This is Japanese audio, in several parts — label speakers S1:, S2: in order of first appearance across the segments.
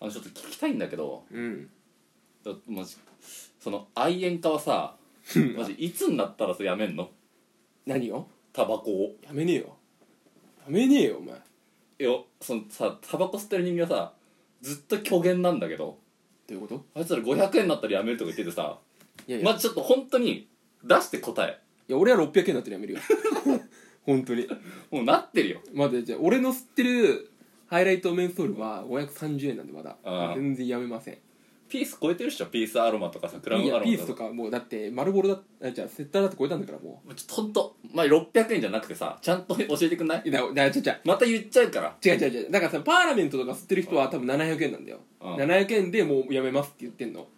S1: あのちょっと聞きたいんだけど
S2: うん
S1: だマジその愛煙家はさマジいつになったらそれやめんの
S2: 何を
S1: タバコを
S2: やめねえよやめねえよお前ど
S1: いやそのさタバコ吸ってる人間はさずっと虚言なんだけど
S2: ういうこと
S1: あいつら500円になったらやめるとか言っててさ
S2: いやいや,、
S1: まずちょっと本当に出して答え
S2: いや俺は600円になったらやめるよ 本当に
S1: もうなってるよ
S2: 待ってじゃあ俺の吸ってるハイライトメンソールは530円なんでまだ
S1: ああ
S2: 全然やめません
S1: ピース超えてるっしょピースアロマとかさクラウン
S2: い
S1: アロ
S2: や
S1: マ
S2: ピースと
S1: か
S2: かもうだって丸ボロだあじゃあセッターだって超えたんだからも
S1: ちょっとほんとまあ、600円じゃなくてさちゃんと教えてくんないう
S2: いやだだちゃちゃ
S1: また言っちゃうから
S2: 違う違う違うだからさパーラメントとか吸ってる人は多分700円なんだ
S1: う
S2: よ、
S1: ん
S2: 700円でもうやめますって言ってんの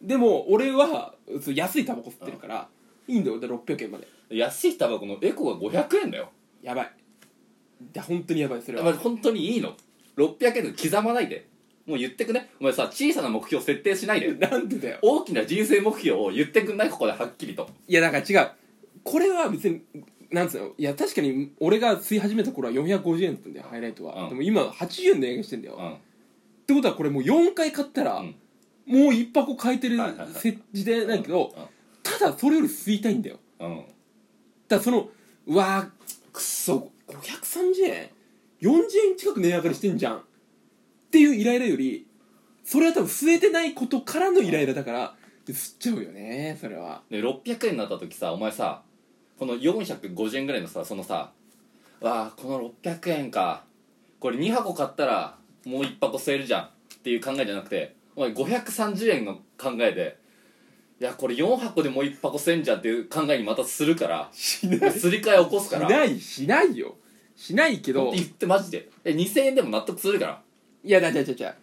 S2: でも俺はそう安いタバコ吸ってるから、いいんだよ俺600円まで
S1: 安いタバコのエコが500円だよ
S2: やばいだ本当にやばいそれ
S1: や
S2: は、
S1: っぱり本当にいいの600円で刻まないでもう言ってくねお前さ小さな目標設定しないで
S2: なんでだよ
S1: 大きな人生目標を言ってくんないここではっきりと
S2: いやだから違うこれは別になんつうのいや確かに俺が吸い始めた頃は450円だったんだよハイライトは、
S1: うん
S2: でも今80円で営業してんだよ、
S1: う
S2: っ
S1: ん
S2: てことはこれもう4回買ったら、
S1: うん
S2: もう1箱買えてる
S1: はいはいはい
S2: 設置でないけど、ただそれより吸いたいんだよ
S1: うんうん
S2: だからそのうわーくっそ530円40円近く値上がりしてんじゃんっていうイライラよりそれは多分吸えてないことからのイライラだからで吸っちゃうよねそれは
S1: で600円になった時さお前さこの450円ぐらいのさそのさわあこの600円かこれ2箱買ったらもう1箱吸えるじゃんっていう考えじゃなくてお前530円の考えでいやこれ4箱でもう1箱吸えんじゃんっていう考えにまたする から
S2: しな
S1: すり替え起こす
S2: し
S1: から
S2: ないしないよしないけど
S1: って言ってマジでえ2000円でも納得するから
S2: いやだだだだ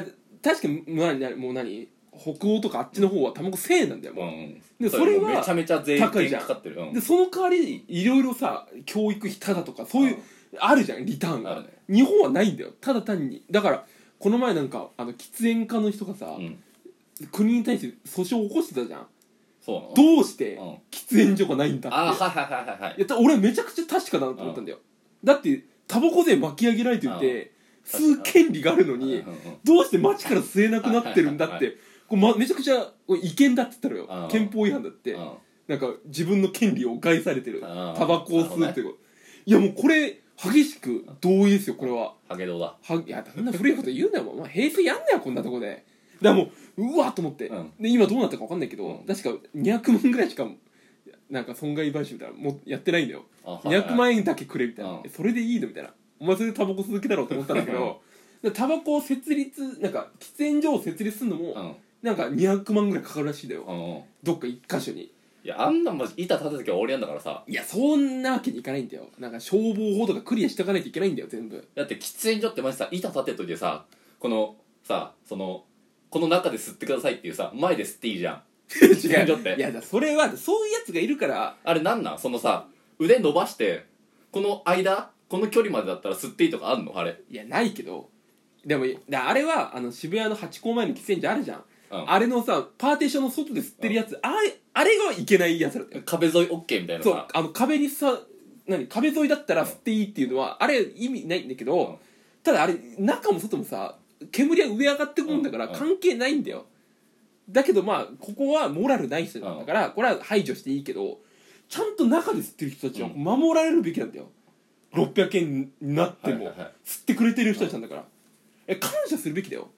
S2: だ確かにもう何何もう何北欧とかあっちの方は卵1000円なんだよもう、
S1: ん
S2: でそれは
S1: もうめちゃめちゃ税
S2: 高い
S1: 金
S2: じゃん
S1: かかってるうん
S2: でその代わりいろいろさ教育費ただとかそういうあるじゃんリターン
S1: あ
S2: が、
S1: るね
S2: 日本はないんだよただ単にだからこの前なんかあの喫煙家の人がさ、
S1: うん
S2: 国に対して訴訟を起こしてたじゃん
S1: そうなの
S2: どうして
S1: うん
S2: 喫煙所がないんだ
S1: ああ
S2: っ
S1: はいはいはいはい
S2: ていやだ俺めちゃくちゃ確かだなと思ったんだよだってタバコ税巻き上げられていて吸う権利があるの
S1: うんうん
S2: に
S1: うん
S2: どうして街から吸えなくなってるんだ
S1: は
S2: っ
S1: いはい
S2: てこれ、ま、めちゃくちゃこれ違憲だって言ったの
S1: う
S2: よ
S1: ん
S2: 憲法違反だって
S1: うん
S2: なんか自分の権利を害されてる
S1: あー
S2: タバコを吸うってこと、いやもうこれ激しく同意ですよこれは
S1: ハゲドウだ
S2: はいやそんな古いこと言うなよお前平成やんなよこんなとこでだからもううわっと思って、
S1: うん
S2: で今どうなったか分かんないけど、
S1: うん
S2: 確か200万ぐらいしかなんか損害賠償みたいなのもやってないんだよ
S1: あはいはい
S2: 200万円だけくれみたいな、
S1: うん
S2: それでいいのみたいなお前それでタバコ続けだろうと思ったんだけどだ からタバコを設立なんか喫煙所を設立するのも、
S1: うん
S2: なんか200万ぐらいかかるらしいんだよ、
S1: うんうん
S2: どっか一箇所に
S1: いやあんなんマジ板立てた時は俺やんだからさ
S2: いやそんなわけにいかないんだよなんか消防法とかクリアしておかないといけないんだよ全 部
S1: だって喫煙所ってマジさ板立てといてさこのさそのこの中で吸ってくださいっていうさ前で吸っていいじゃん
S2: 違
S1: 煙所って
S2: いやだそれはそういうやつがいるから
S1: あれなんなんそのさ腕伸ばしてこの間この距離までだったら吸っていいとかあんのあれ
S2: いやないけどでもだあれはあの渋谷のハチ公前の喫煙所あるじゃん、
S1: うん
S2: あれのさパーテーションの外で吸ってるやつ、あれあれがいけないやつらだよ
S1: 壁沿い OK みたいな
S2: そう
S1: さ
S2: あの壁にさ何壁沿いだったら吸っていいっていうのは、あれ意味ないんだけど、
S1: うん
S2: ただあれ中も外もさ煙は上上がってくるんだから
S1: うんうん
S2: 関係ないんだよ、だけどまあここはモラルない人なんだから、これは排除していいけどちゃんと中で吸ってる人たちは
S1: うん
S2: 守られるべきなんだよ、600円になって
S1: はい
S2: も
S1: はいはい
S2: 吸ってくれてる人たちなんだから、え感謝するべきだよ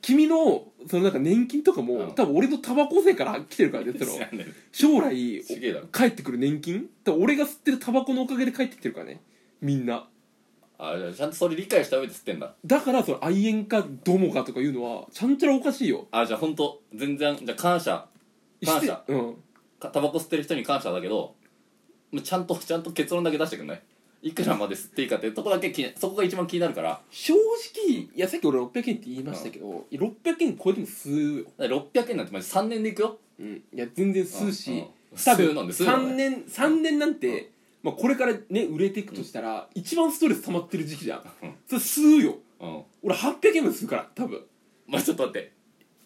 S2: 君のそのなんか年金とかも、
S1: うん
S2: 多分俺のタバコ税から来てるからねその
S1: 知らねえ
S2: 将来
S1: すげえだろ
S2: 帰ってくる年金だから俺が吸ってるタバコのおかげで帰ってきてるからねみんな
S1: あじゃあちゃんとそれ理解した上で吸ってんだ
S2: だからその愛煙家どもかとかいうのはちゃんちゃらおかしいよ
S1: あじゃあ本当全然じゃあ感謝感謝
S2: してうん
S1: かタバコ吸ってる人に感謝だけどまあちゃんとちゃんと結論だけ出してくんないいくらまで吸っていいかっていうとこだけ気にそこが一番気になるから
S2: 正直いやさっき俺600円って言いましたけど、いや600円超えても吸うよ、
S1: だから600円なんてマジ3年でいくよ
S2: うん、いや全然吸うし、
S1: うんうん
S2: 多
S1: 吸う
S2: 分
S1: なんで吸うなん
S2: 3
S1: で
S2: 年三年なんて、まあ、これからね売れていくとしたら、一番ストレス溜まってる時期じゃん、
S1: うん
S2: それ吸うよ
S1: うん
S2: 俺800円も吸うから多分
S1: まあちょっと待って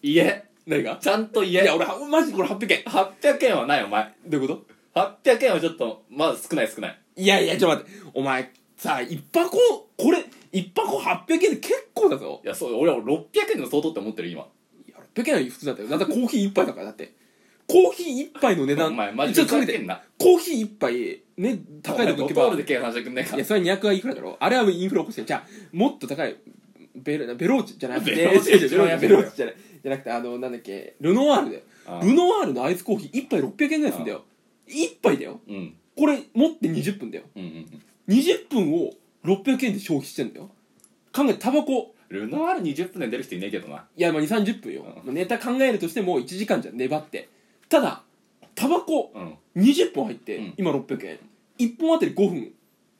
S1: 言え
S2: 何が
S1: ちゃんと
S2: い
S1: 言え
S2: や俺はマジでこれ800円
S1: 800円はないお前
S2: どういうこと
S1: 800円はちょっとまだ少ない少ない
S2: いやいや、ちょっと待って。お前、さ、一箱、これ、一箱800円で結構だぞ
S1: いやそう俺は600円でも相当って思ってる今
S2: いや600円は普通だったよだってコーヒー1杯だからだってコーヒー1杯の値
S1: お
S2: 段
S1: 前マジ
S2: ちょ
S1: で
S2: っとかけ
S1: ふざ
S2: て
S1: けんな
S2: コーヒー1杯ね高いとこ行
S1: ド
S2: け
S1: トー
S2: ば
S1: ルで計算してくんねえか
S2: いやそれは200はいくらだろあれはインフレ起こしてるじゃあもっと高いベロベローチェじゃなくて
S1: ベローチェ
S2: 違う違う
S1: 一番安い
S2: ベローチェじゃないじゃなくてあのなんだっけルノワールだよ
S1: あ
S2: ルノワールのアイスコーヒー1杯600円ぐらいするんだよ1杯だよ
S1: うんうん
S2: これ持って20分だよ
S1: うんうん
S2: 20分を600円で消費してんだよ考えてタバコ
S1: ルノワール20分で出る人いねえけどない
S2: やまあ2 3 0分よ、
S1: うん
S2: まあネタ考えるとしても1時間じゃん粘ってただタバコ
S1: うん
S2: 20本入って、
S1: うん
S2: 今600円1本あたり5分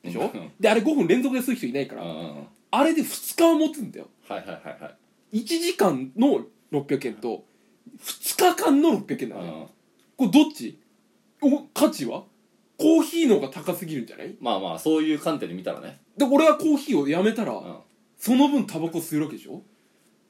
S2: でしょ、
S1: うん
S2: であれ5分連続で吸う人いないか
S1: うん
S2: ら、
S1: うんはい
S2: あれで2日は持つんだよ
S1: はいはいはい
S2: 1時間の600円と2日間の600円だ
S1: う
S2: ね、
S1: ん
S2: これどっちお価値はコーヒーの方が高すぎるんじゃない
S1: まあまあそういう観点で見たらね
S2: で俺はコーヒーをやめたら、
S1: うん
S2: その分タバコ吸えるわけでしょ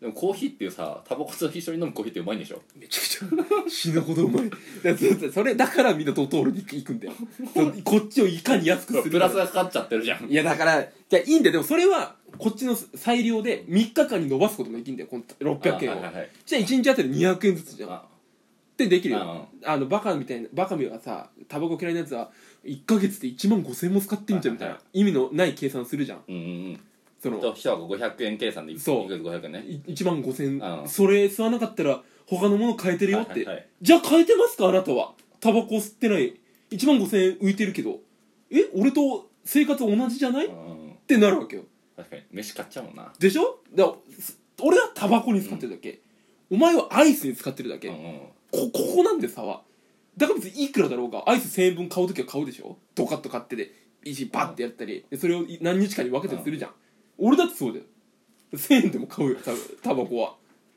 S1: でもコーヒーっていうさタバコと一緒に飲むコーヒーってうまいんでしょ
S2: めちゃくちゃ死ぬほどうまいだから それだからみんなドトールに行くんだよその こっちをいかに安くするか
S1: プラスがかかっちゃってるじゃん
S2: いやだからじゃあいいんだよでもそれはこっちの裁量で3日間に伸ばすこともできるんだよこの600円を、
S1: あはいはいはい
S2: じゃあ1日あたり200円ずつじゃんっ
S1: あ
S2: てできるよ
S1: あ
S2: あのバカみたいなバカみはさタバコ嫌いなやつは1ヶ月で1万5000も使ってんじゃんみたい
S1: は
S2: な意味のない計算するじゃん
S1: うんうん
S2: そ
S1: うん
S2: の
S1: と一箱500円計算でいく
S2: そう
S1: いくら500円ね
S2: い1万5000
S1: うん
S2: それ吸わなかったら他のもの変えてるよって、
S1: はいはいはい
S2: じゃあ変えてますかあなたはタバコ吸ってない1万5000円浮いてるけどえ俺と生活同じじゃないっ
S1: うんうん
S2: てなるわけよ
S1: 確かに飯買っちゃうもんな
S2: でしょだからす俺はタバコに使ってるだけ、お前はアイスに使ってるだけ、
S1: うんう
S2: こ
S1: ん
S2: ここなんで差はだから別にいくらだろうがアイス1000円分買う時は買うでしょドカッと買ってで一バッてやったりでそれを何日かに分けたりするじゃん、俺だってそうだよ1000円でも買うよタバタバコは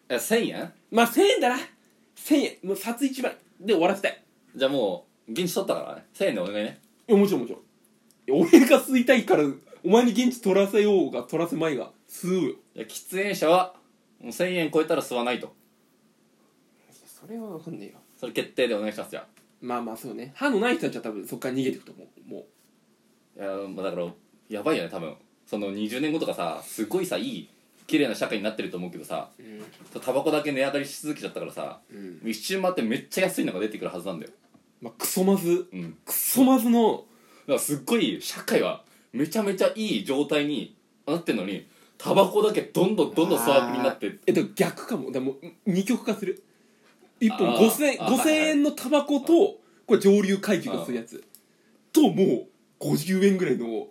S1: え1000円
S2: まあ1000円だな1000円もう札1枚で終わらせたい
S1: じゃあもう現地取ったからね1000円でお願いね
S2: いやもちろんもちろんいや俺が吸いたいからお前に現地取らせようが取らせまいが吸うよ
S1: いや喫煙者はもう1000円超えたら吸わないと
S2: それは分かんねえよ
S1: それ決定でお願いしますじゃあ
S2: まあまあそうね歯のない人たちは多分そっから逃げてくと思うも
S1: いやまあだからやばいよね多分その20年後とかさすごいさいい綺麗な社会になってると思うけどさ
S2: ううん、
S1: タバコだけ値上がりし続けちゃったからさ一周回ってめっちゃ安いのが出てくるはずなんだよ
S2: まあクソまず
S1: うん
S2: クソまずの
S1: だからすっごい社会はめちゃめちゃいい状態になってんのにタバコだけどんどんどんどん粗悪になって
S2: えっと逆かもでも二極化する一本
S1: あー
S2: 5000円
S1: あー
S2: 5000円のタバコとこれ上流階級が吸うやつともう50円ぐらいの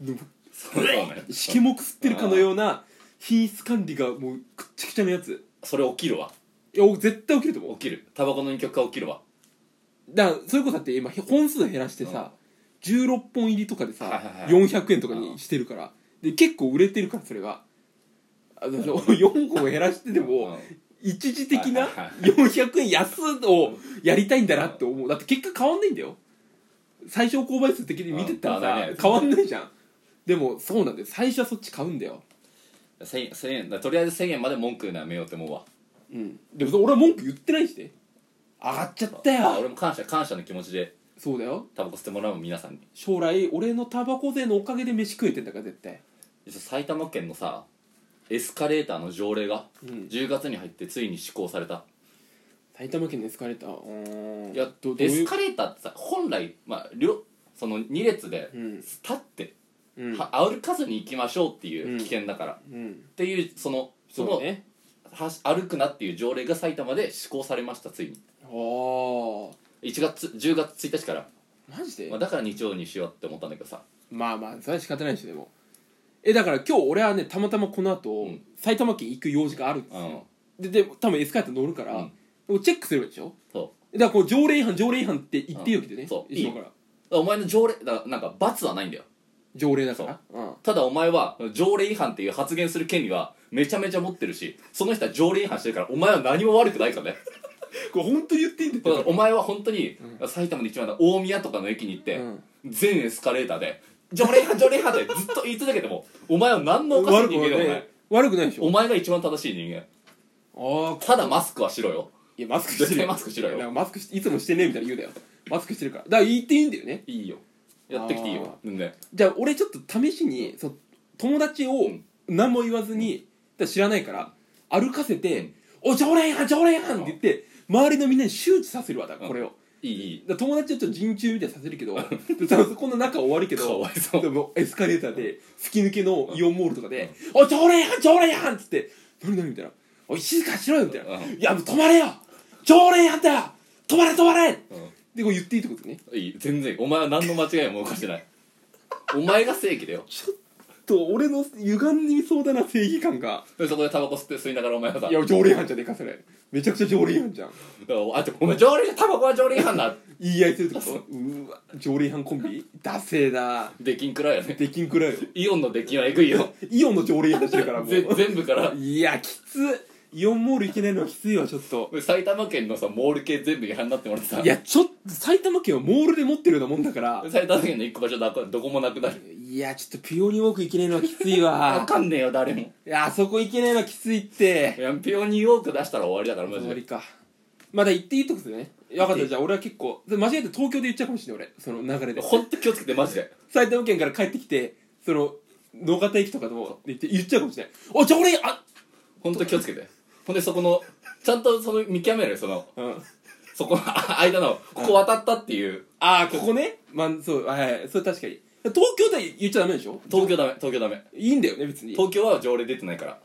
S2: でも
S1: そうだね
S2: しけもく吸ってるかのような品質管理がもうくっちゃくちゃのやつ
S1: それ起きるわ
S2: いや絶対起きると思
S1: 起き
S2: う
S1: るタバコの二極化起きるわ
S2: だからそれこそだって今本数減らしてさ、16本入りとかでさ、
S1: はいはいはい
S2: 400円とかにしてるからで結構売れてるからそれがあの4本減らしてで
S1: う
S2: も
S1: ん
S2: 一時的な
S1: はいはいはい
S2: 400円安をやりたいんだなって思うだって結果変わんないんだよ最小購買数的に見てったら
S1: うん変わんない
S2: さ
S1: ね
S2: 変わんないじゃんでもそうなんだよ最初はそっち買うんだよ
S1: 1000円1000円だからとりあえず1000円まで文句言うのはやめようって思うわ
S2: うんでも俺は文句言ってないしね上がっちゃった
S1: あ
S2: よ
S1: 俺も感謝感謝の気持ちで
S2: そうだよ
S1: タバコ吸ってもらう皆さんに
S2: 将来俺のタバコ税のおかげで飯食えてんだから絶対
S1: 埼玉県のさエスカレーターの条例が
S2: うん
S1: 10月に入ってついに施行された
S2: 埼玉県のエスカレーターうーん
S1: いや
S2: どどう
S1: エ
S2: い
S1: ス
S2: う
S1: カレーターってさ本来まあ両その2列で
S2: うん
S1: 立って
S2: うん
S1: は歩かずに行きましょうっていう危険だから、っ
S2: うん
S1: ていうそのそ
S2: そう
S1: の、
S2: ね
S1: はし歩くなっていう条例が埼玉で施行されましたついに
S2: ああ
S1: 1月10月1日から、
S2: マジで
S1: まあ、だから日曜にしようって思ったんだけどさ
S2: まあまあそれは仕方ないしでもえだから今日俺はねたまたまこの後、
S1: うん
S2: 埼玉県行く用事があるんです
S1: うん
S2: よ、でで多分エスカレーター乗るから、
S1: うん
S2: でもチェックすればいいでしょ
S1: そ
S2: だからこう条例違反条例違反って言っていいわけでね、
S1: うんそう
S2: 一緒から
S1: うお前の条例だからなんか罰はないんだよ
S2: 条例だからうん
S1: ただお前は条例違反っていう発言する権利はめちゃめちゃ持ってるしその人は条例違反してるからお前は何も悪くないからね
S2: これ本当言っていいん
S1: だからお前は本当に埼玉で一番だ大宮とかの駅に行って、
S2: うん
S1: 全エスカレーターで条例違反条例違反ってずっと言い続けてもお前は何のおかしい
S2: 悪く
S1: 人
S2: な
S1: 間
S2: い
S1: だよお前
S2: 悪くないでし
S1: お
S2: ょ
S1: 前が一番正しい人間
S2: ああ
S1: ただマスクはしろよ
S2: いやマスクして
S1: 絶
S2: る
S1: 対
S2: よ
S1: マスクしろ
S2: なん
S1: よ
S2: かマスクしていつもしてねえみたいな言うだよ マスクしてるからだから言っていいんだよね
S1: いいよやってきていいよ全然
S2: じゃあ俺ちょっと試しにそ友達を
S1: ん
S2: 何も言わずに、だから知らないから歩かせて「
S1: うん
S2: お常連やん常連やん!」って言って周りのみんなに周知させるわだからこれを、
S1: いいいい
S2: だから友達をちょっと人中みたいにさせるけど多分そこの仲は終わるけど
S1: かわいそう
S2: でもエスカレーターで突き抜けのイオンモールとかで「おい常連やん常連やん!」っつって「何何?」みたいな「おい静かにしろよ」みたいな「
S1: うん
S2: いやもう止まれよ常連やんだよ止まれ止まれ!」でこう言っていいってことね
S1: いい全然お前は何の間違いも犯してないお前が正義だよ
S2: と俺の歪んでみそうだな正義感が
S1: でそこでタバコ吸って吸いながらお前はさ
S2: いや条例違反じゃねえかそれめちゃくちゃ条例違反じゃん
S1: だからあとお前条例タバコは条例違反だ
S2: 言い合いするってことうーわ条例違反コンビダセーだ
S1: 出禁くらいやね
S2: できんくらいよ
S1: イオンの出禁はえぐいよ
S2: イオンの条例違反してるからも
S1: ぜ
S2: う
S1: 全部から
S2: いやきつイオンモール行けないのはきついわちょっと
S1: 埼玉県のさモール系全部違反になってもらってさ
S2: いやちょっと埼玉県はモールで持ってるようなもんだから
S1: 埼玉県の一個場所だどこもなくなる
S2: いやちょっとピオニーウォーク行けないのはきつい
S1: わ
S2: わ
S1: かんねえよ誰も
S2: いやあそこ行けないのはきついっ
S1: い
S2: て
S1: やピオニーウォーク出したら終わりだからマ
S2: 終
S1: ジ
S2: わ
S1: で
S2: りかまだ行っていいってことね分かっ
S1: 行ってい
S2: た
S1: い
S2: じゃあ俺は結構間違えて東京で言っちゃうかもしれない俺その流れで
S1: ほんと気をつけてマジで
S2: 埼玉県から帰ってきてその野方駅とかでも言って言っちゃうかもしれない「おじゃあ俺あ
S1: ほんと気をつけてほんでそこのちゃんとその見極めるよその
S2: うん
S1: そこの あ間のここ渡ったっていう
S2: あーここねまあそうはいはいそれ確かに東京で言っちゃダメでしょ
S1: 東京ダメ東京ダメ
S2: いいんだよね別にう
S1: 東京は条例出てないからだか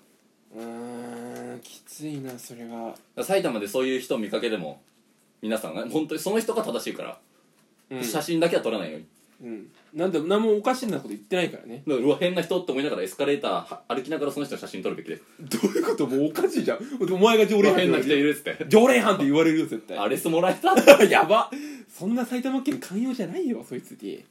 S2: ーんきついなそれは
S1: ら埼玉でそういう人を見かけても皆さんが本当にその人が正しいから、
S2: うん、
S1: 写真だけは撮らないように
S2: うん、なんで何もおかしなこと言ってないからね
S1: だからうわ変な人って思いながらエスカレーターは歩きながらその人の写真撮るべきです
S2: どういうこともうおかしいじゃんお前が常
S1: う
S2: 連
S1: わ
S2: 犯
S1: 変な人いるっつ って
S2: 常連犯って言われるよ絶対
S1: アレスもらえた
S2: やばそんな埼玉県寛容じゃないよそいつに